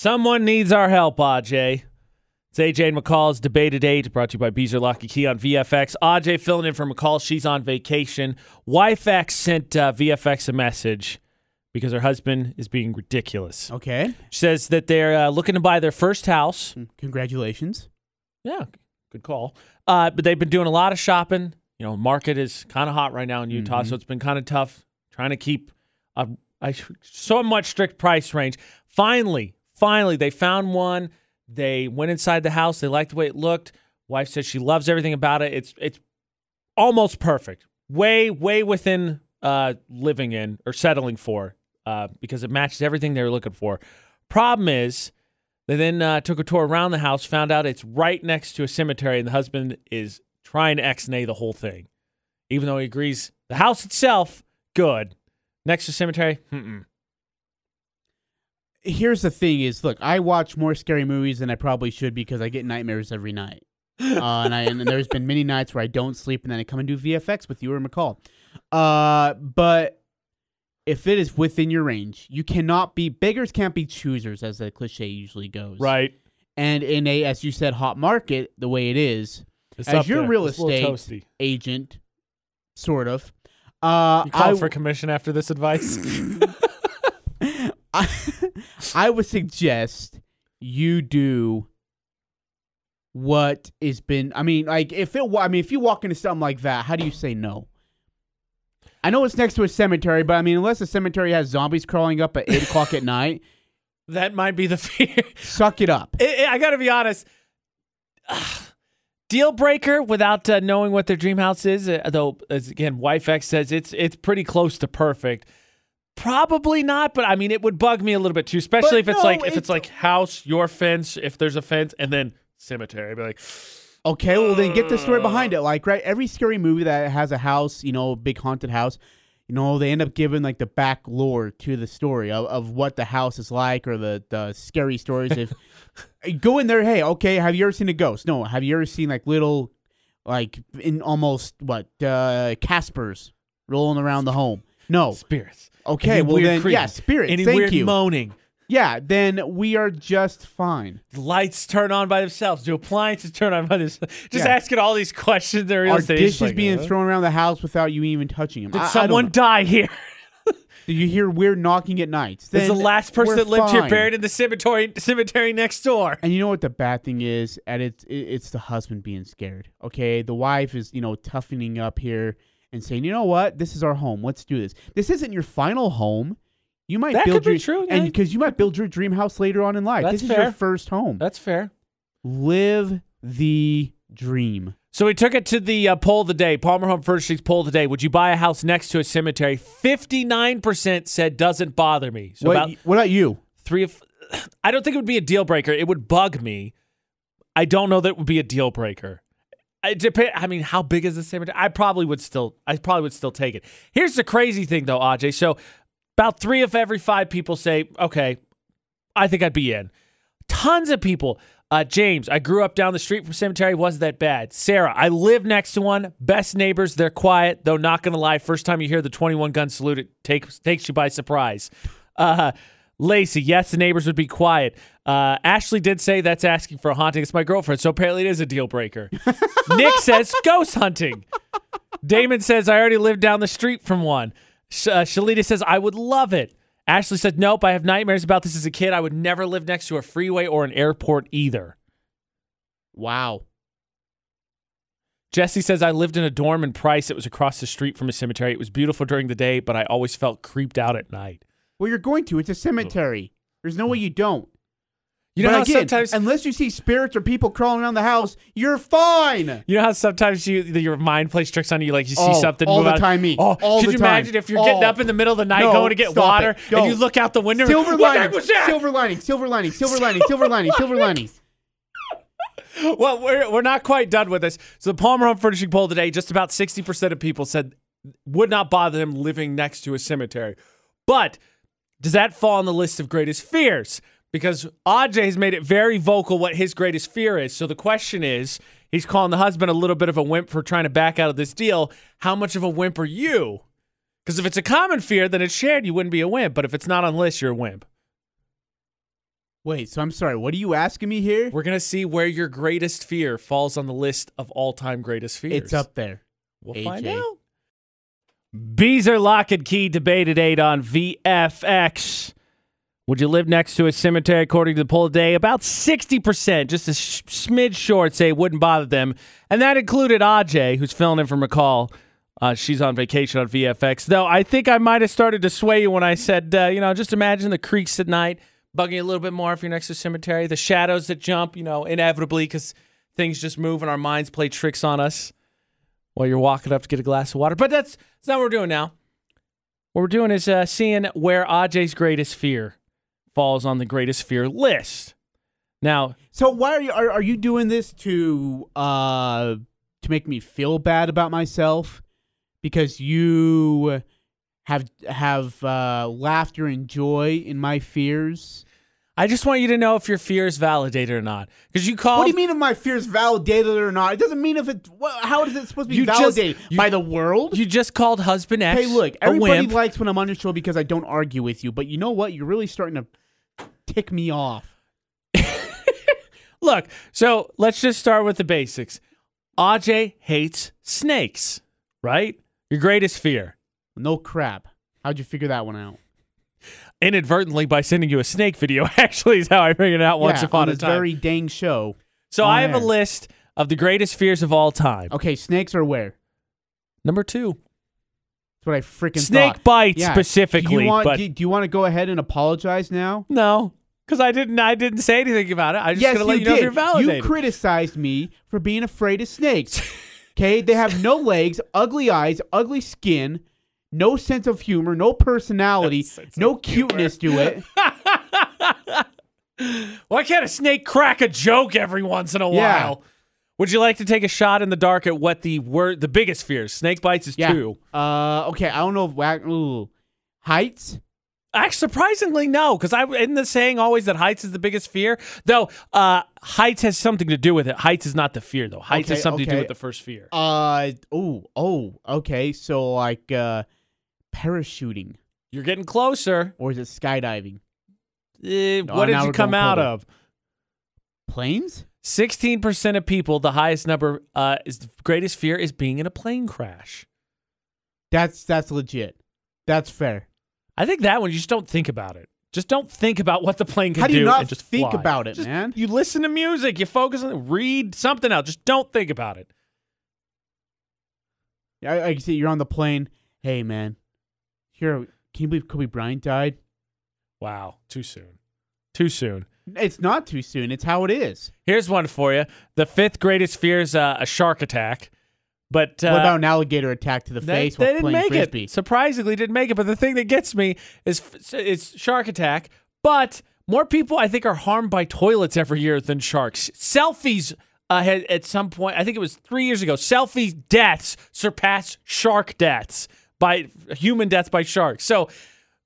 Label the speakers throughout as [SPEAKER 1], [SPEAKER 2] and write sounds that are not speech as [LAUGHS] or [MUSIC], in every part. [SPEAKER 1] Someone needs our help, AJ. It's AJ and McCall's Debate at 8, brought to you by Beezer Locky Key on VFX. AJ filling in for McCall. She's on vacation. YFX sent uh, VFX a message because her husband is being ridiculous.
[SPEAKER 2] Okay.
[SPEAKER 1] She says that they're uh, looking to buy their first house.
[SPEAKER 2] Congratulations.
[SPEAKER 1] Yeah, good call. Uh, but they've been doing a lot of shopping. You know, market is kind of hot right now in Utah, so it's been kind of tough trying to keep a, a so much strict price range. Finally, finally, they found one. They went inside the house. They liked the way it looked. Wife says she loves everything about it. It's it's almost perfect. Way way within uh, living in or settling for uh, because it matches everything they were looking for. Problem is, they then uh, took a tour around the house, found out it's right next to a cemetery, and the husband is trying to ex-nay the whole thing, even though he agrees the house itself good, next to cemetery. Mm-mm.
[SPEAKER 2] Here's the thing: is look, I watch more scary movies than I probably should because I get nightmares
[SPEAKER 1] [LAUGHS]
[SPEAKER 2] every night, uh, and, I, and there's been many nights where I don't sleep, and then I come and do VFX with you or McCall. Uh, but if it is within your range, you cannot be beggars can't be choosers, as the cliche usually goes.
[SPEAKER 1] Right.
[SPEAKER 2] And in a, as you said, hot market, the way it is,
[SPEAKER 1] It's
[SPEAKER 2] as
[SPEAKER 1] up
[SPEAKER 2] your
[SPEAKER 1] there.
[SPEAKER 2] real
[SPEAKER 1] It's a little
[SPEAKER 2] estate
[SPEAKER 1] toasty.
[SPEAKER 2] agent, sort of. Uh,
[SPEAKER 1] You call
[SPEAKER 2] I-
[SPEAKER 1] for commission after this
[SPEAKER 2] [LAUGHS]
[SPEAKER 1] advice.
[SPEAKER 2] I, [LAUGHS] I would suggest you do what is been. I mean, like if it. wa- I mean, if you walk into something like that, how do you say no? I know it's next to a cemetery, but I mean, unless the cemetery has zombies crawling up at eight o'clock at night,
[SPEAKER 1] that might be the [LAUGHS] fear.
[SPEAKER 2] suck it up.
[SPEAKER 1] I- I, I got to be honest. [SIGHS] Deal breaker without uh, knowing what their dream house is, uh, though. As again, YFX says it's it's pretty close to perfect. Probably not, but I mean, it would bug me a little bit too, especially if
[SPEAKER 2] But
[SPEAKER 1] it's
[SPEAKER 2] no,
[SPEAKER 1] like if it's
[SPEAKER 2] it's-
[SPEAKER 1] like house, your fence, if there's a fence, and then cemetery. I'd be like,
[SPEAKER 2] Okay, well then get the
[SPEAKER 1] Uh.
[SPEAKER 2] story behind it. Like, right, every scary movie that has a house, you know, big haunted house, you know, they end up giving like the back lore to the story of, of what the house is like or the, the scary stories.
[SPEAKER 1] [LAUGHS]
[SPEAKER 2] If go in there, hey, okay, have you ever seen a ghost? No, have you ever seen like little, like in almost what uh Caspers rolling around the home? No,
[SPEAKER 1] spirits.
[SPEAKER 2] Okay,
[SPEAKER 1] Any
[SPEAKER 2] well
[SPEAKER 1] weird
[SPEAKER 2] then,
[SPEAKER 1] creaking,
[SPEAKER 2] yeah, spirits,
[SPEAKER 1] Any
[SPEAKER 2] thank
[SPEAKER 1] weird
[SPEAKER 2] you.
[SPEAKER 1] moaning?
[SPEAKER 2] yeah, then we are just fine.
[SPEAKER 1] Lights turn on by themselves. Do appliances turn on by themselves? Just
[SPEAKER 2] Yeah.
[SPEAKER 1] asking all these questions. They're
[SPEAKER 2] Are dishes being thrown around the house without you even touching them?
[SPEAKER 1] Did
[SPEAKER 2] I- I don't know.
[SPEAKER 1] someone die here?
[SPEAKER 2] Do you hear weird knocking at nights?
[SPEAKER 1] Is the
[SPEAKER 2] Then
[SPEAKER 1] last person
[SPEAKER 2] we're
[SPEAKER 1] that lived here
[SPEAKER 2] fine.
[SPEAKER 1] buried in the cemetery cemetery next door.
[SPEAKER 2] And you know what the bad thing is? And it's it- it's the husband being scared. Okay, the wife is you know toughening up here and saying, you know what, this is our home. Let's do this. This isn't your final home. You might
[SPEAKER 1] That
[SPEAKER 2] build
[SPEAKER 1] could be
[SPEAKER 2] your
[SPEAKER 1] true,
[SPEAKER 2] and
[SPEAKER 1] yeah.
[SPEAKER 2] because you might build your dream house later on in life.
[SPEAKER 1] That's
[SPEAKER 2] this is
[SPEAKER 1] fair.
[SPEAKER 2] your first home.
[SPEAKER 1] That's fair.
[SPEAKER 2] Live the dream.
[SPEAKER 1] So we took it to the uh, poll of the day, Palmer Home Furnishings poll of the day. Would you buy a house next to a cemetery? Fifty-nine percent said doesn't bother me. So
[SPEAKER 2] what,
[SPEAKER 1] about
[SPEAKER 2] what about you?
[SPEAKER 1] three of, [SIGHS] I don't think it would be a deal breaker. It would bug me. I don't know that it would be a deal breaker. It depend. I mean, how big is the cemetery? I probably would still. I probably would still take it. Here's the crazy thing, though, Aj. So about three of every five people say, "Okay, I think I'd be in." Tons of people. Uh, James, I grew up down the street from cemetery. Wasn't that bad. Sarah, I live next to one. Best neighbors. They're quiet, though. Not gonna lie. First time you hear the 21 gun salute, it takes takes you by surprise. Uh, Lacey, yes, the neighbors would be quiet. Uh, Ashley did say that's asking for a haunting. It's my girlfriend, so apparently it is a deal breaker. Nick says ghost hunting. Damon says, I already live down the street from one. Sh- uh, Shalita says, I would love it. Ashley said, Nope, I have nightmares about this as a kid. I would never live next to a freeway or an airport either.
[SPEAKER 2] Wow.
[SPEAKER 1] Jesse says, I lived in a dorm in Price. It was across the street from a cemetery. It was beautiful during the day, but I always felt creeped out at night.
[SPEAKER 2] Well, you're going to. It's a cemetery. There's no way you don't.
[SPEAKER 1] You know
[SPEAKER 2] but
[SPEAKER 1] how
[SPEAKER 2] again,
[SPEAKER 1] sometimes
[SPEAKER 2] unless you see spirits or people crawling around the house, you're fine.
[SPEAKER 1] you know how sometimes you your mind plays tricks on you, like you see
[SPEAKER 2] Oh,
[SPEAKER 1] something
[SPEAKER 2] all
[SPEAKER 1] move
[SPEAKER 2] the
[SPEAKER 1] out.
[SPEAKER 2] time, me.
[SPEAKER 1] Oh,
[SPEAKER 2] All
[SPEAKER 1] could
[SPEAKER 2] the
[SPEAKER 1] you
[SPEAKER 2] time.
[SPEAKER 1] imagine if you're getting
[SPEAKER 2] Oh.
[SPEAKER 1] up in the middle of the night
[SPEAKER 2] No,
[SPEAKER 1] going to get
[SPEAKER 2] stop
[SPEAKER 1] water
[SPEAKER 2] it.
[SPEAKER 1] and
[SPEAKER 2] Don't.
[SPEAKER 1] you look out the window? [LAUGHS]
[SPEAKER 2] Silver
[SPEAKER 1] what the heck
[SPEAKER 2] lining,
[SPEAKER 1] was that?
[SPEAKER 2] silver lining, silver lining, silver lining, silver lining, silver lining.
[SPEAKER 1] [LAUGHS] Well, we're, we're not quite done with this. So the Palmer Home Furnishing poll today, just about 60% of people said would not bother them living next to a cemetery. But does that fall on the list of greatest fears? Because Ajay has made it very vocal what his greatest fear is. So the question is, he's calling the husband a little bit of a wimp for trying to back out of this deal. How much of a wimp are you? Because if it's a common fear, then it's shared. You wouldn't be a wimp. But if it's not on the list, you're a wimp.
[SPEAKER 2] Wait, so I'm sorry. What are you asking me here?
[SPEAKER 1] We're gonna see where your greatest fear falls on the list of all-time greatest fears.
[SPEAKER 2] It's up there.
[SPEAKER 1] We'll
[SPEAKER 2] AJ.
[SPEAKER 1] find out. Beezer Lock and Key debated eight on VFX. Would you live next to a cemetery? According to the poll today, about 60%, just a sh- smidge short, say it wouldn't bother them. And that included Aj, who's filling in for McCall. Uh, she's on vacation on VFX. Though I think I might have started to sway you when I said, uh, you know, just imagine the creeks at night bugging you a little bit more if you're next to a cemetery. The shadows that jump, you know, inevitably because things just move and our minds play tricks on us while you're walking up to get a glass of water. But that's, that's not what we're doing now. What we're doing is uh, seeing where Ajay's greatest fear falls on the greatest fear list. Now,
[SPEAKER 2] So why are you are, are you doing this to uh to make me feel bad about myself because you have have uh, laughter and joy in my fears?
[SPEAKER 1] I just want you to know if your fear is validated or not. Because you called.
[SPEAKER 2] What do you mean if my fears validated or not? It doesn't mean if it. wha- How is it supposed to be
[SPEAKER 1] You just-
[SPEAKER 2] validated
[SPEAKER 1] you-
[SPEAKER 2] by the world?
[SPEAKER 1] You just called husband X.
[SPEAKER 2] hey, look,
[SPEAKER 1] a
[SPEAKER 2] everybody
[SPEAKER 1] wimp.
[SPEAKER 2] likes when I'm on your show because I don't argue with you. But you know what? You're really starting to tick me off.
[SPEAKER 1] Look, so let's just start with the basics. Ajay hates snakes, right? Your greatest fear.
[SPEAKER 2] No crap. How'd you figure that one out?
[SPEAKER 1] Inadvertently, by sending you a snake video, [LAUGHS] actually, is how I figured it out once
[SPEAKER 2] Yeah,
[SPEAKER 1] upon
[SPEAKER 2] on
[SPEAKER 1] a
[SPEAKER 2] this
[SPEAKER 1] time.
[SPEAKER 2] very dang show.
[SPEAKER 1] so
[SPEAKER 2] on
[SPEAKER 1] I have
[SPEAKER 2] air.
[SPEAKER 1] a list of the greatest fears of all time.
[SPEAKER 2] Okay, snakes are where?
[SPEAKER 1] Number two,
[SPEAKER 2] That's what I freaking
[SPEAKER 1] snake
[SPEAKER 2] thought.
[SPEAKER 1] bites
[SPEAKER 2] Yeah. Do
[SPEAKER 1] specifically.
[SPEAKER 2] you want?
[SPEAKER 1] but
[SPEAKER 2] do, do you want to go ahead and apologize now?
[SPEAKER 1] no, because I didn't. I didn't say anything about it. I just
[SPEAKER 2] yes,
[SPEAKER 1] gonna let you,
[SPEAKER 2] you
[SPEAKER 1] know if
[SPEAKER 2] did.
[SPEAKER 1] you're validated.
[SPEAKER 2] criticized me for being afraid
[SPEAKER 1] [LAUGHS]
[SPEAKER 2] of snakes. Okay, they have no legs, ugly eyes, ugly skin, no sense of humor, no personality,
[SPEAKER 1] sense
[SPEAKER 2] no cuteness to it.
[SPEAKER 1] Why can't a snake crack a joke every once in a
[SPEAKER 2] Yeah.
[SPEAKER 1] while? Would you like to take a shot in the dark at what the word the biggest fears? Snake bites is
[SPEAKER 2] Yeah.
[SPEAKER 1] two.
[SPEAKER 2] Uh, okay, I don't know if wag- ooh. heights.
[SPEAKER 1] Actually, surprisingly, no, because I isn't the saying always that heights is the biggest fear. Though uh, heights has something to do with it. Heights is not the fear though. Heights
[SPEAKER 2] Okay,
[SPEAKER 1] has something to do
[SPEAKER 2] okay.
[SPEAKER 1] with the first fear.
[SPEAKER 2] Uh, oh, oh, okay. So like uh, parachuting
[SPEAKER 1] You're getting closer.
[SPEAKER 2] or is it skydiving?
[SPEAKER 1] Eh,
[SPEAKER 2] No,
[SPEAKER 1] what did
[SPEAKER 2] now
[SPEAKER 1] you
[SPEAKER 2] we're
[SPEAKER 1] come
[SPEAKER 2] going
[SPEAKER 1] out
[SPEAKER 2] further.
[SPEAKER 1] of?
[SPEAKER 2] Planes?
[SPEAKER 1] Sixteen percent of people, the highest number, uh, is the greatest fear is being in a plane crash.
[SPEAKER 2] That's that's legit. That's fair.
[SPEAKER 1] I think that one you just don't think about it. Just don't think about what the plane can
[SPEAKER 2] How do you not
[SPEAKER 1] and just
[SPEAKER 2] think
[SPEAKER 1] fly.
[SPEAKER 2] about it,
[SPEAKER 1] Just-
[SPEAKER 2] man?
[SPEAKER 1] You listen to music, you focus on, read something else. Just don't think about it.
[SPEAKER 2] I, I can see you're on the plane. Hey, man. Here, can you believe Kobe Bryant died?
[SPEAKER 1] Wow, too soon, too soon.
[SPEAKER 2] It's not too soon. It's how it is.
[SPEAKER 1] Here's one for you. The fifth greatest fear is uh, a shark attack, but uh,
[SPEAKER 2] what about an alligator attack to the
[SPEAKER 1] they,
[SPEAKER 2] face
[SPEAKER 1] they
[SPEAKER 2] while
[SPEAKER 1] didn't
[SPEAKER 2] playing
[SPEAKER 1] make
[SPEAKER 2] frisbee?
[SPEAKER 1] it. Surprisingly, didn't make it. But the thing that gets me is f- it's shark attack. But more people, I think, are harmed by toilets every year than sharks. Selfies. Uh, had, at some point, I think it was three years ago, selfie deaths surpass shark deaths by human deaths by sharks. So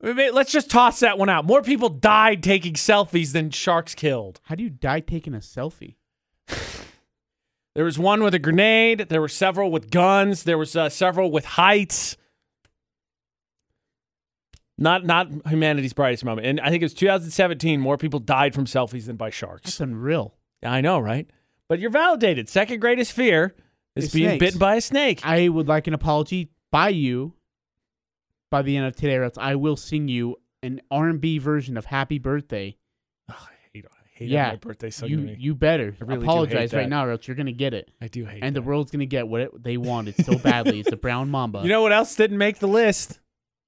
[SPEAKER 1] I mean, let's just toss that one out. More people died taking selfies than sharks killed.
[SPEAKER 2] How do you die taking a selfie?
[SPEAKER 1] There was one with a grenade. There were several with guns. There was uh, several with heights. Not not humanity's brightest moment. And I think it was 2017. More people died from selfies than by
[SPEAKER 2] That's
[SPEAKER 1] sharks.
[SPEAKER 2] unreal.
[SPEAKER 1] I know, right? But you're validated. Second greatest fear is
[SPEAKER 2] It's
[SPEAKER 1] being
[SPEAKER 2] snakes.
[SPEAKER 1] bitten by a snake.
[SPEAKER 2] I would like an apology by you by the end of today, or else I will sing you an R&B version of Happy Birthday.
[SPEAKER 1] Ugh, I hate, I hate
[SPEAKER 2] Yeah,
[SPEAKER 1] yeah, my birthday sung
[SPEAKER 2] you
[SPEAKER 1] to me.
[SPEAKER 2] you better
[SPEAKER 1] I really do hate
[SPEAKER 2] apologize
[SPEAKER 1] that.
[SPEAKER 2] right now, or else you're gonna get it,
[SPEAKER 1] I do hate.
[SPEAKER 2] and the
[SPEAKER 1] that.
[SPEAKER 2] world's gonna get what it, they wanted so badly. it's the brown mamba.
[SPEAKER 1] you know what else didn't make the list?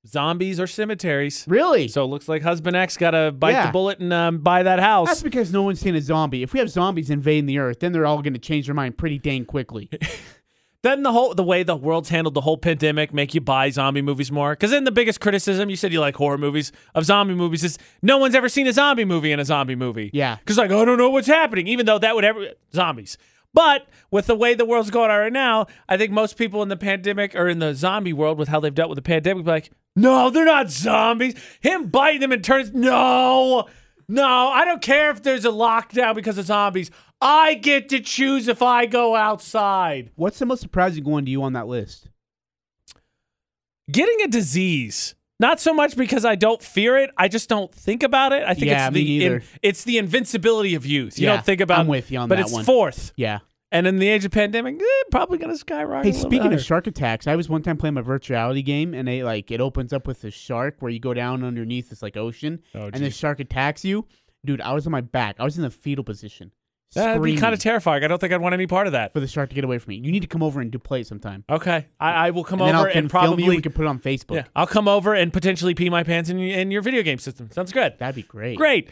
[SPEAKER 1] Zombies or cemeteries.
[SPEAKER 2] really?
[SPEAKER 1] So it looks like husband X got to bite
[SPEAKER 2] Yeah.
[SPEAKER 1] the bullet and um, buy that house.
[SPEAKER 2] That's because no one's seen a zombie. If we have zombies invading the earth, then they're all going to change their mind pretty dang
[SPEAKER 1] [LAUGHS]
[SPEAKER 2] quickly.
[SPEAKER 1] Doesn't the whole the way the world's handled the whole pandemic make you buy zombie movies more? Because then the biggest criticism you said you like horror movies of zombie movies is no one's ever seen a zombie movie in a zombie movie.
[SPEAKER 2] Yeah.
[SPEAKER 1] because like I don't know what's happening, even though that would ever zombies. But with the way the world's going on right now, I think most people in the pandemic or in the zombie world with how they've dealt with the pandemic, be like, no, they're not zombies. Him biting them and turns, no, no, I don't care if there's a lockdown because of zombies. I get to choose if I go outside.
[SPEAKER 2] What's the most surprising one to you on that list?
[SPEAKER 1] Getting a disease Not so much because I don't fear it. I just don't think about it. I think
[SPEAKER 2] Yeah,
[SPEAKER 1] it's
[SPEAKER 2] me
[SPEAKER 1] the in-
[SPEAKER 2] neither.
[SPEAKER 1] it's the invincibility of youth. You
[SPEAKER 2] Yeah,
[SPEAKER 1] don't think about.
[SPEAKER 2] I'm with you on
[SPEAKER 1] but
[SPEAKER 2] that
[SPEAKER 1] it's
[SPEAKER 2] one.
[SPEAKER 1] fourth,
[SPEAKER 2] Yeah.
[SPEAKER 1] and in the age of pandemic, eh, probably gonna skyrocket.
[SPEAKER 2] Hey,
[SPEAKER 1] a little bit
[SPEAKER 2] speaking
[SPEAKER 1] higher.
[SPEAKER 2] of shark attacks, I was one time playing my virtuality game, and they like it opens up with a shark where you go down underneath this like ocean,
[SPEAKER 1] Oh,
[SPEAKER 2] and the
[SPEAKER 1] geez.
[SPEAKER 2] shark attacks you. Dude, I was on my back. I was in the fetal position.
[SPEAKER 1] that'd be
[SPEAKER 2] screaming
[SPEAKER 1] kind of terrifying. I don't think I'd want any part of that.
[SPEAKER 2] for the shark to get away from me. You need to come over and do play it sometime.
[SPEAKER 1] Okay, I, I will come
[SPEAKER 2] and then I'll
[SPEAKER 1] over
[SPEAKER 2] can
[SPEAKER 1] and
[SPEAKER 2] film you.
[SPEAKER 1] probably
[SPEAKER 2] We can put it on Facebook.
[SPEAKER 1] yeah, I'll come over and potentially pee my pants in, in your video game system. Sounds good.
[SPEAKER 2] That'd be great.
[SPEAKER 1] Great.